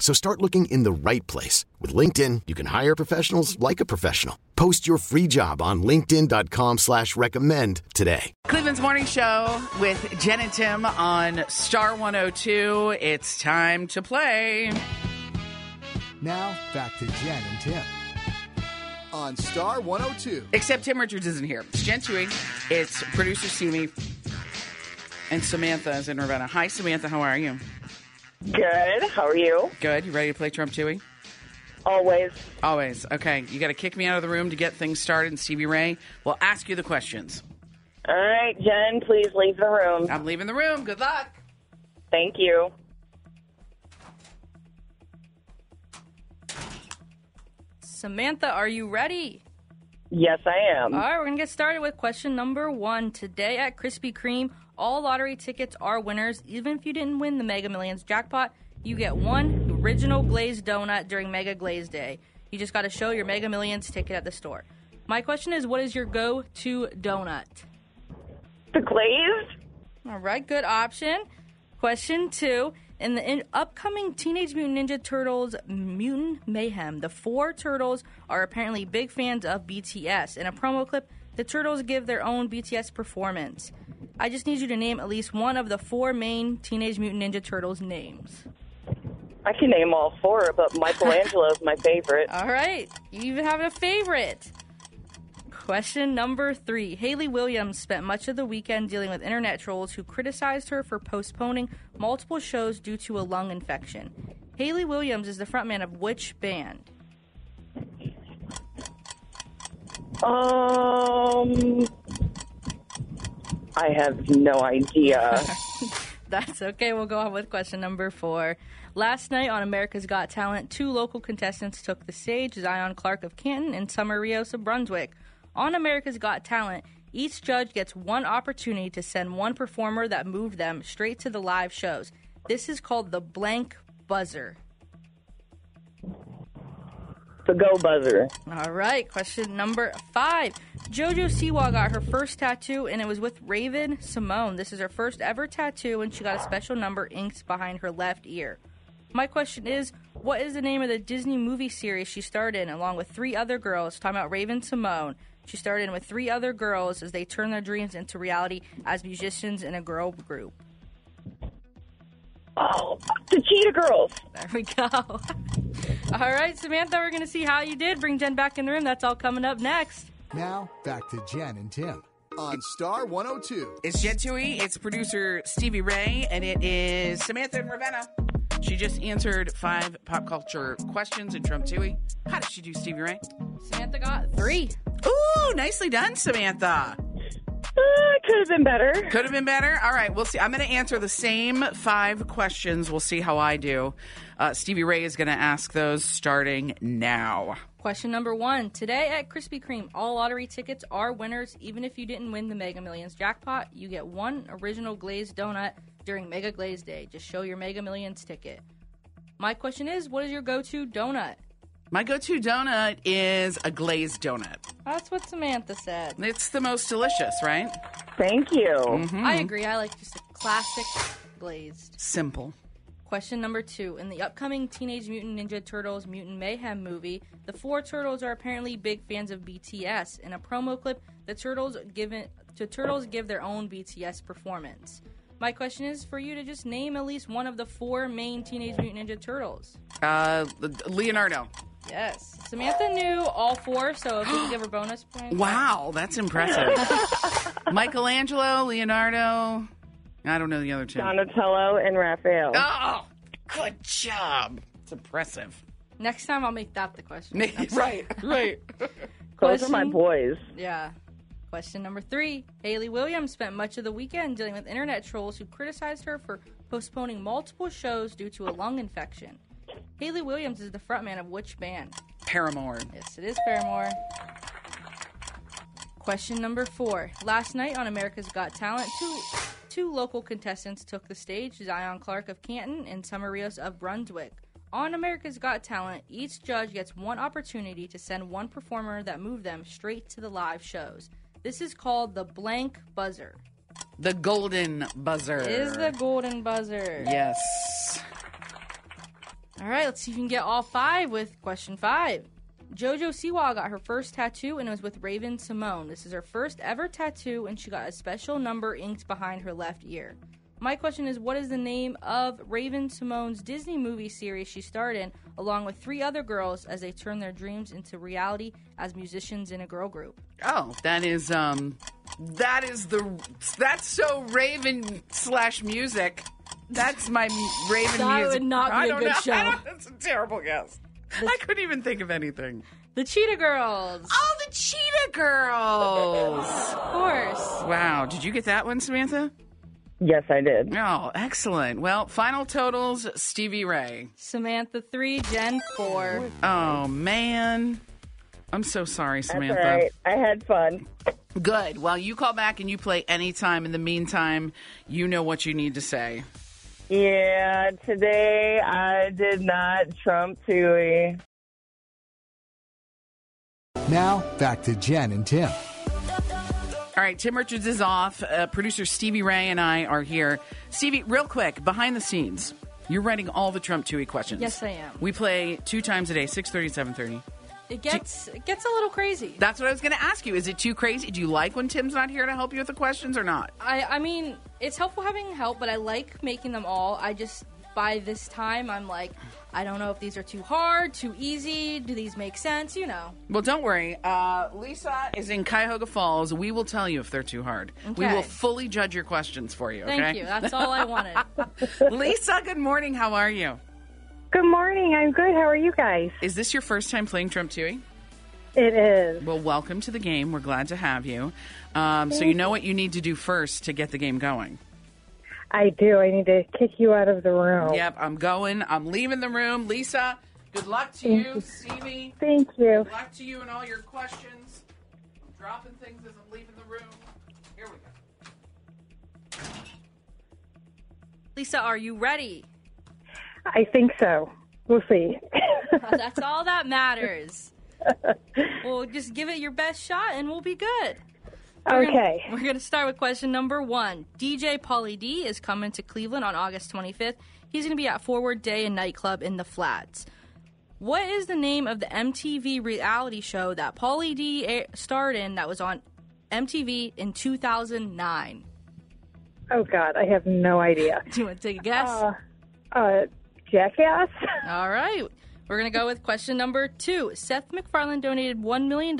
So start looking in the right place. With LinkedIn, you can hire professionals like a professional. Post your free job on linkedin.com slash recommend today. Cleveland's Morning Show with Jen and Tim on Star 102. It's time to play. Now, back to Jen and Tim. On Star 102. Except Tim Richards isn't here. It's Jen Tui. It's producer Simi. And Samantha is in Ravenna. Hi, Samantha. How are you? Good. How are you? Good. You ready to play Trump Tui? Always. Always. Okay. You got to kick me out of the room to get things started. And Stevie Ray will ask you the questions. All right, Jen, please leave the room. I'm leaving the room. Good luck. Thank you. Samantha, are you ready? Yes, I am. Mm. All right, we're going to get started with question number one. Today at Krispy Kreme, all lottery tickets are winners. Even if you didn't win the Mega Millions jackpot, you get one original glazed donut during Mega Glaze Day. You just got to show your Mega Millions ticket at the store. My question is what is your go to donut? The glazed? All right, good option. Question two. In the in- upcoming Teenage Mutant Ninja Turtles Mutant Mayhem, the four turtles are apparently big fans of BTS. In a promo clip, the turtles give their own BTS performance. I just need you to name at least one of the four main Teenage Mutant Ninja Turtles names. I can name all four, but Michelangelo is my favorite. All right, you even have a favorite. Question number three. Haley Williams spent much of the weekend dealing with internet trolls who criticized her for postponing multiple shows due to a lung infection. Haley Williams is the frontman of which band? Um, I have no idea. That's okay. We'll go on with question number four. Last night on America's Got Talent, two local contestants took the stage Zion Clark of Canton and Summer Rios of Brunswick. On America's Got Talent, each judge gets one opportunity to send one performer that moved them straight to the live shows. This is called the blank buzzer. the go buzzer. All right, question number five. JoJo Siwa got her first tattoo, and it was with Raven Simone. This is her first ever tattoo, and she got a special number inked behind her left ear. My question is, what is the name of the Disney movie series she starred in, along with three other girls? Talking about Raven Simone, she starred in with three other girls as they turn their dreams into reality as musicians in a girl group. Oh, the Cheetah Girls. There we go. all right, Samantha, we're going to see how you did. Bring Jen back in the room. That's all coming up next. Now, back to Jen and Tim. On Star 102. It's Jen Tui. It's producer Stevie Ray. And it is Samantha and Ravenna. She just answered five pop culture questions in Trump Tui. How did she do, Stevie Ray? Samantha got three. Ooh, nicely done, Samantha. Uh, could have been better. Could have been better. All right, we'll see. I'm going to answer the same five questions. We'll see how I do. Uh, Stevie Ray is going to ask those starting now. Question number one. Today at Krispy Kreme, all lottery tickets are winners. Even if you didn't win the Mega Millions jackpot, you get one original glazed donut during Mega Glaze Day. Just show your Mega Millions ticket. My question is what is your go to donut? My go to donut is a glazed donut. That's what Samantha said. It's the most delicious, right? Thank you. I agree. I like just a classic glazed. Simple. Question number two. In the upcoming Teenage Mutant Ninja Turtles Mutant Mayhem movie, the four turtles are apparently big fans of BTS. In a promo clip, the turtles given the turtles give their own BTS performance. My question is for you to just name at least one of the four main Teenage Mutant Ninja Turtles. Uh, Leonardo. Yes. Samantha knew all four, so if we can give her bonus points. Wow, that's impressive. Michelangelo, Leonardo, I don't know the other two. Donatello and Raphael. Oh, good job. It's impressive. Next time I'll make that the question. right, right. Those are my boys. Yeah. Question number three. Haley Williams spent much of the weekend dealing with internet trolls who criticized her for postponing multiple shows due to a lung infection. Haley Williams is the frontman of which band? Paramore. Yes, it is Paramore. Question number four. Last night on America's Got Talent, two two local contestants took the stage: Zion Clark of Canton and Summer Rios of Brunswick. On America's Got Talent, each judge gets one opportunity to send one performer that moved them straight to the live shows. This is called the blank buzzer. The Golden Buzzer. It Is the golden buzzer. Yes. All right, let's see if you can get all five with question five. Jojo Siwa got her first tattoo and it was with Raven Simone. This is her first ever tattoo, and she got a special number inked behind her left ear. My question is what is the name of Raven Simone's Disney movie series she starred in, along with three other girls, as they turn their dreams into reality as musicians in a girl group? Oh, that is um, that is the that's so Raven slash music. That's my m- Raven That music. would not be I a don't good know. show. I don't- that's a terrible guess. I couldn't even think of anything. The Cheetah Girls! Oh, the Cheetah Girls! Of course! wow, did you get that one, Samantha? Yes, I did. Oh, excellent. Well, final totals: Stevie Ray. Samantha 3, Jen 4. Oh man, I'm so sorry, That's Samantha. all right. I had fun. Good. Well, you call back and you play anytime. In the meantime, you know what you need to say. Yeah, today I did not trump Tui. Now, back to Jen and Tim. All right, Tim Richards is off. Uh, producer Stevie Ray and I are here. Stevie, real quick, behind the scenes, you're writing all the Trump Tui questions. Yes, I am. We play two times a day, 6.30 and 7.30. It gets, it gets a little crazy. That's what I was going to ask you. Is it too crazy? Do you like when Tim's not here to help you with the questions or not? I, I mean, it's helpful having help, but I like making them all. I just, by this time, I'm like, I don't know if these are too hard, too easy. Do these make sense? You know. Well, don't worry. Uh, Lisa is in Cuyahoga Falls. We will tell you if they're too hard. We Okay. will fully judge your questions for you, okay? Thank you. That's all I wanted. Lisa, good morning. How are you? Good morning. I'm good. How are you guys? Is this your first time playing Trump Tui? It is. Well, welcome to the game. We're glad to have you. Um, so you know what you need to do first to get the game going. I do. I need to kick you out of the room. Yep, I'm going. I'm leaving the room. Lisa, good luck to you. Stevie, Thank you. good luck to you and all your questions. I'm dropping things as I'm leaving the room. Here we go. Lisa, are you ready? I think so. We'll see. That's all that matters. well, just give it your best shot and we'll be good. We're gonna- okay. We're going to start with question number one. DJ Pauly D is coming to Cleveland on August 25th. He's going to be at Forward Day and Nightclub in the Flats. What is the name of the MTV reality show that Pauly D a- starred in that was on MTV in 2009? Oh God, I have no idea. Do you want to take a guess? Uh, jackass. All right. We're going to go with question number two. Seth MacFarlane donated $1 million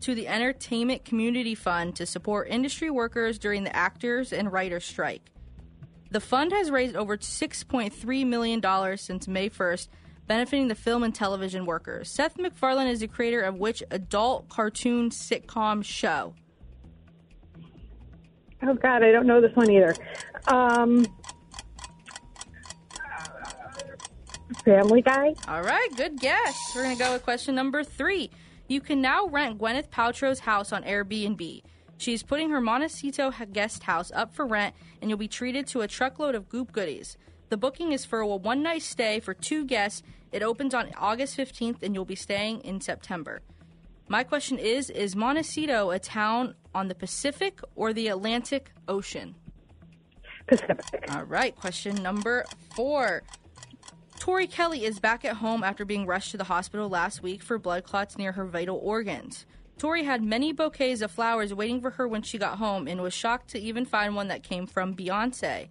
to the Entertainment Community Fund to support industry workers during the actors and writers strike. The fund has raised over $6.3 million since May 1st, benefiting the film and television workers. Seth MacFarlane is the creator of which adult cartoon sitcom show? Oh God, I don't know this one either. Um, family Guy. All right, good guess. We're going to go with question number three. You can now rent Gwyneth Paltrow's house on Airbnb. She's putting her Montecito ha- guest house up for rent, and you'll be treated to a truckload of goop goodies. The booking is for a one night stay for two guests. It opens on August 15th, and you'll be staying in September. My question is Is Montecito a town on the Pacific or the Atlantic Ocean? Pacific. All right, question number four. Tori Kelly is back at home after being rushed to the hospital last week for blood clots near her vital organs. Tori had many bouquets of flowers waiting for her when she got home and was shocked to even find one that came from Beyonce.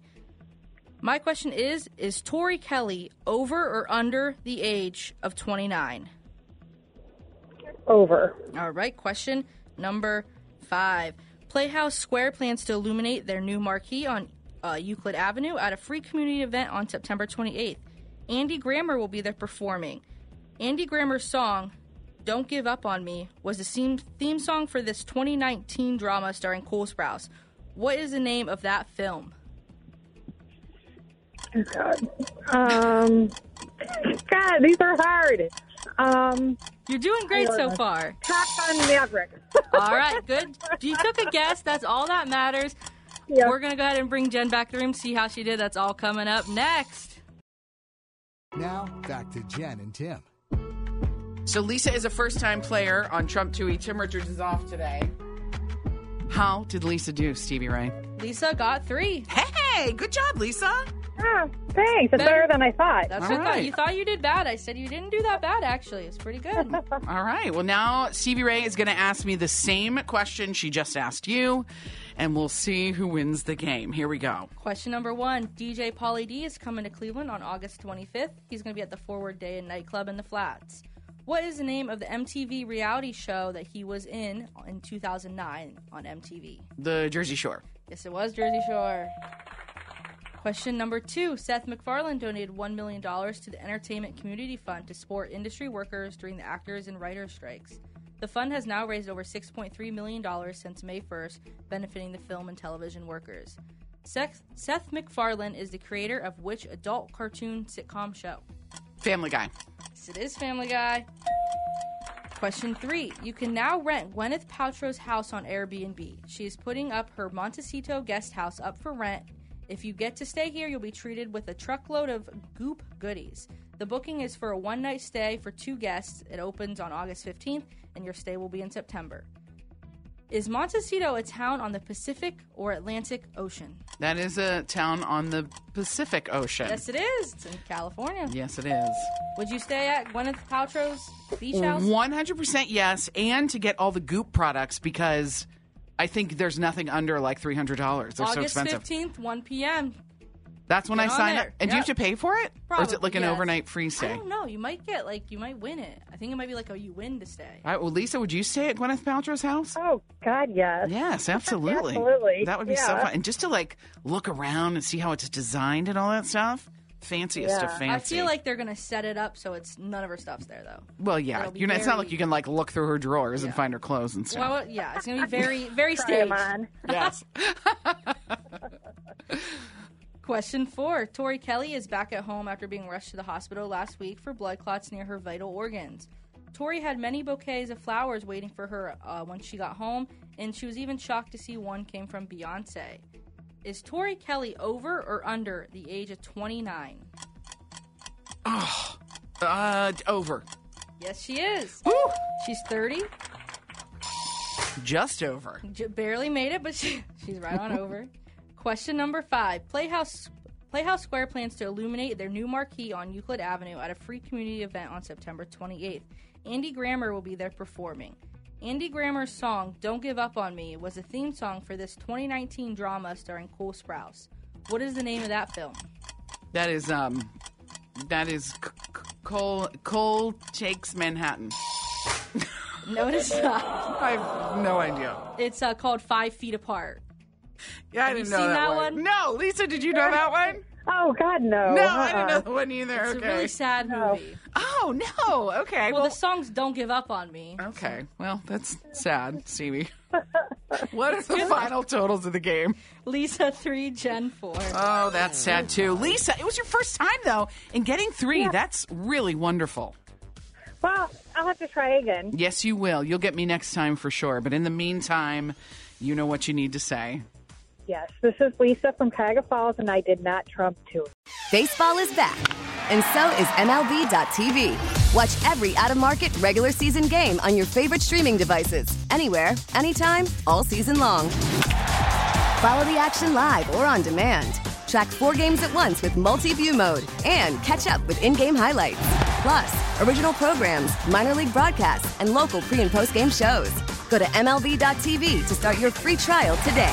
My question is Is Tori Kelly over or under the age of 29? Over. All right, question number five. Playhouse Square plans to illuminate their new marquee on uh, Euclid Avenue at a free community event on September 28th. Andy Grammer will be there performing. Andy Grammer's song, Don't Give Up on Me, was the theme, theme song for this 2019 drama starring Cole Sprouse. What is the name of that film? Oh, God. Um, God, these are hard. Um, You're doing great so far. Top on Maverick. All right, good. You took a guess. That's all that matters. Yeah. We're going to go ahead and bring Jen back to the room, see how she did. That's all coming up next. Now, back to Jen and Tim. So Lisa is a first-time player on Trump Tui. Tim Richards is off today. How did Lisa do, Stevie Ray? Lisa got three. Hey, good job, Lisa. oh, thanks. That's better than I thought. That's All what I right. thought. You thought you did bad. I said you didn't do that bad, actually. It's pretty good. All right. Well, now Stevie Ray is going to ask me the same question she just asked you, and we'll see who wins the game. Here we go. Question number one DJ Pauly D is coming to Cleveland on August 25th. He's going to be at the Forward Day and Nightclub in the Flats. What is the name of the MTV reality show that he was in in 2009 on MTV? The Jersey Shore. Yes, it was Jersey Shore. Question number two Seth MacFarlane donated $1 million to the Entertainment Community Fund to support industry workers during the actors and writers strikes. The fund has now raised over $6.3 million since May 1st, benefiting the film and television workers. Seth, Seth MacFarlane is the creator of which adult cartoon sitcom show? Family Guy. Yes, it is Family Guy. Question three. You can now rent Gwyneth Paltrow's house on Airbnb. She is putting up her Montecito guest house up for rent. If you get to stay here, you'll be treated with a truckload of goop goodies. The booking is for a one night stay for two guests. It opens on August 15th, and your stay will be in September. Is Montecito a town on the Pacific or Atlantic Ocean? That is a town on the Pacific Ocean. Yes, it is. It's in California. Yes, it is. Would you stay at Gwyneth Paltrow's beach house? 100% yes, and to get all the Goop products because I think there's nothing under like $300. They're so August expensive. 15th, 1 p.m. That's when Get I on sign there. up. And do you have to Yep. pay for it? or is it like an yes. overnight free stay? I don't know. You might get, like, you might win it. I think it might be like a you win to stay. All right, well, Lisa, would you stay at Gwyneth Paltrow's house? Oh, God, yes. Yes, absolutely. Absolutely, That would be so yeah. fun. And just to like look around and see how it's designed and all that stuff. Fanciest of fancy. I feel like they're going to set it up so it's none of her stuff's there, though. well, yeah, it'll be you're not, it's not like very- you can like look through her drawers and find her clothes and stuff. Well, well, yeah, it's going to be very, very Try 'em staged. on. yes. Question four. Tori Kelly is back at home after being rushed to the hospital last week for blood clots near her vital organs. Tori had many bouquets of flowers waiting for her uh, when she got home, and she was even shocked to see one came from Beyonce. Is Tori Kelly over or under the age of 29? Uh, over. Yes, she is. Woo! She's 30. Just over. J- barely made it, but she, she's right on over. Question number five: Playhouse Playhouse Square plans to illuminate their new marquee on Euclid Avenue at a free community event on September 28th. Andy Grammer will be there performing. Andy Grammer's song "Don't Give Up on Me" was the theme song for this 2019 drama starring Cole Sprouse. What is the name of that film? That is um, that is C- C- Cole. Cole takes Manhattan. No, it's not. I have no idea. It's uh, called Five Feet Apart. Yeah, I you didn't know seen that one. one? No, Lisa, did you know that one? Oh, God, no. No, I didn't know Uh-uh. that one either. It's okay. a really sad movie. Oh no. Okay. Well, well- the song's "Don't Give Up on Me." Okay. Well, that's sad, Stevie. what are the final totals of the game? Lisa three, Jen four. Oh, that's sad too. Lisa, it was your first time though, and getting three, that's really wonderful. Well, I'll have to try again. Yes, you will. You'll get me next time for sure. But in the meantime, you know what you need to say. Yes, this is Lisa from Cuyahoga Falls, and I did not trump two. Baseball is back, and so is MLB.tv. Watch every out of market regular season game on your favorite streaming devices, anywhere, anytime, all season long. Follow the action live or on demand. Track four games at once with multi view mode and catch up with in game highlights. Plus, original programs, minor league broadcasts, and local pre and post game shows. Go to MLB.tv to start your free trial today.